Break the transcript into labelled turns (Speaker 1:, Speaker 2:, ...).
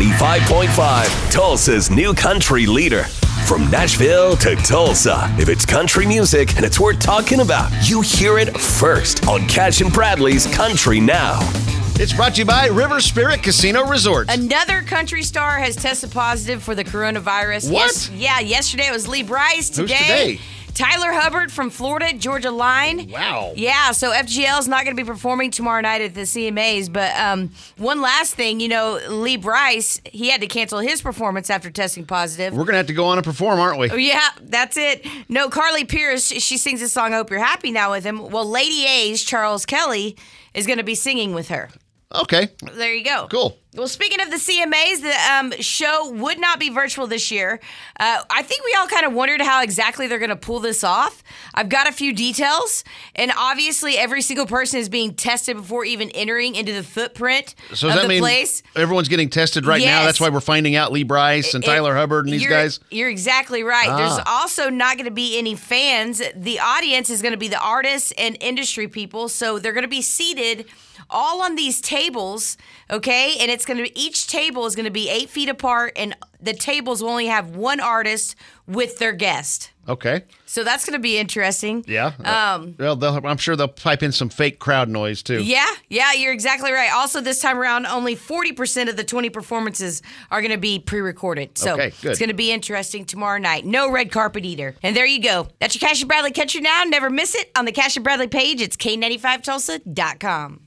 Speaker 1: K95.5, Tulsa's new country leader. From Nashville to Tulsa, if it's country music and it's worth talking about, you hear it first on Cash and Bradley's Country Now.
Speaker 2: It's brought to you by River Spirit Casino Resort.
Speaker 3: Another country star has tested positive for the coronavirus.
Speaker 2: What?
Speaker 3: Yes- yeah, yesterday it was Lee Bryce. Today,
Speaker 2: today?
Speaker 3: Tyler Hubbard from Florida, Georgia Line.
Speaker 2: Wow.
Speaker 3: Yeah, so FGL is not going to be performing tomorrow night at the CMAs. But um, one last thing, you know, Lee Bryce, he had to cancel his performance after testing positive.
Speaker 2: We're gonna have to go on and perform, aren't we?
Speaker 3: Oh, Yeah, that's it. No, Carly Pierce, she sings this song, I Hope You're Happy Now with Him. Well, Lady A's Charles Kelly is going to be singing with her.
Speaker 2: Okay.
Speaker 3: There you go.
Speaker 2: Cool.
Speaker 3: Well, speaking of the CMAs, the um, show would not be virtual this year. Uh, I think we all kind of wondered how exactly they're going to pull this off. I've got a few details, and obviously, every single person is being tested before even entering into the footprint
Speaker 2: So
Speaker 3: of
Speaker 2: does that
Speaker 3: the
Speaker 2: mean
Speaker 3: place.
Speaker 2: everyone's getting tested right now?
Speaker 3: Yes.
Speaker 2: That's why we're finding out Lee Bryce and Tyler
Speaker 3: It-
Speaker 2: Hubbard and these
Speaker 3: you're-
Speaker 2: guys. Ah.
Speaker 3: You're exactly right. There's also not going to be any fans. The audience is going to be the artists and industry people. So they're going to be seated all on these tables, okay? And it's going to each table is going to be eight feet apart, and the tables will only have one artist with their guest.
Speaker 2: Okay.
Speaker 3: So that's going to be interesting.
Speaker 2: Yeah. Um. Well, they'll, I'm sure they'll pipe in some fake crowd noise too.
Speaker 3: Yeah, yeah, you're exactly right. Also, this time around, only 40% of the 20 performances are going to be pre recorded. So
Speaker 2: Okay, good.
Speaker 3: it's going to be interesting tomorrow night. No red carpet either. And there you go. That's your Cash and Bradley Country Now. Never miss it on the Cash and Bradley page. It's K95Tulsa.com.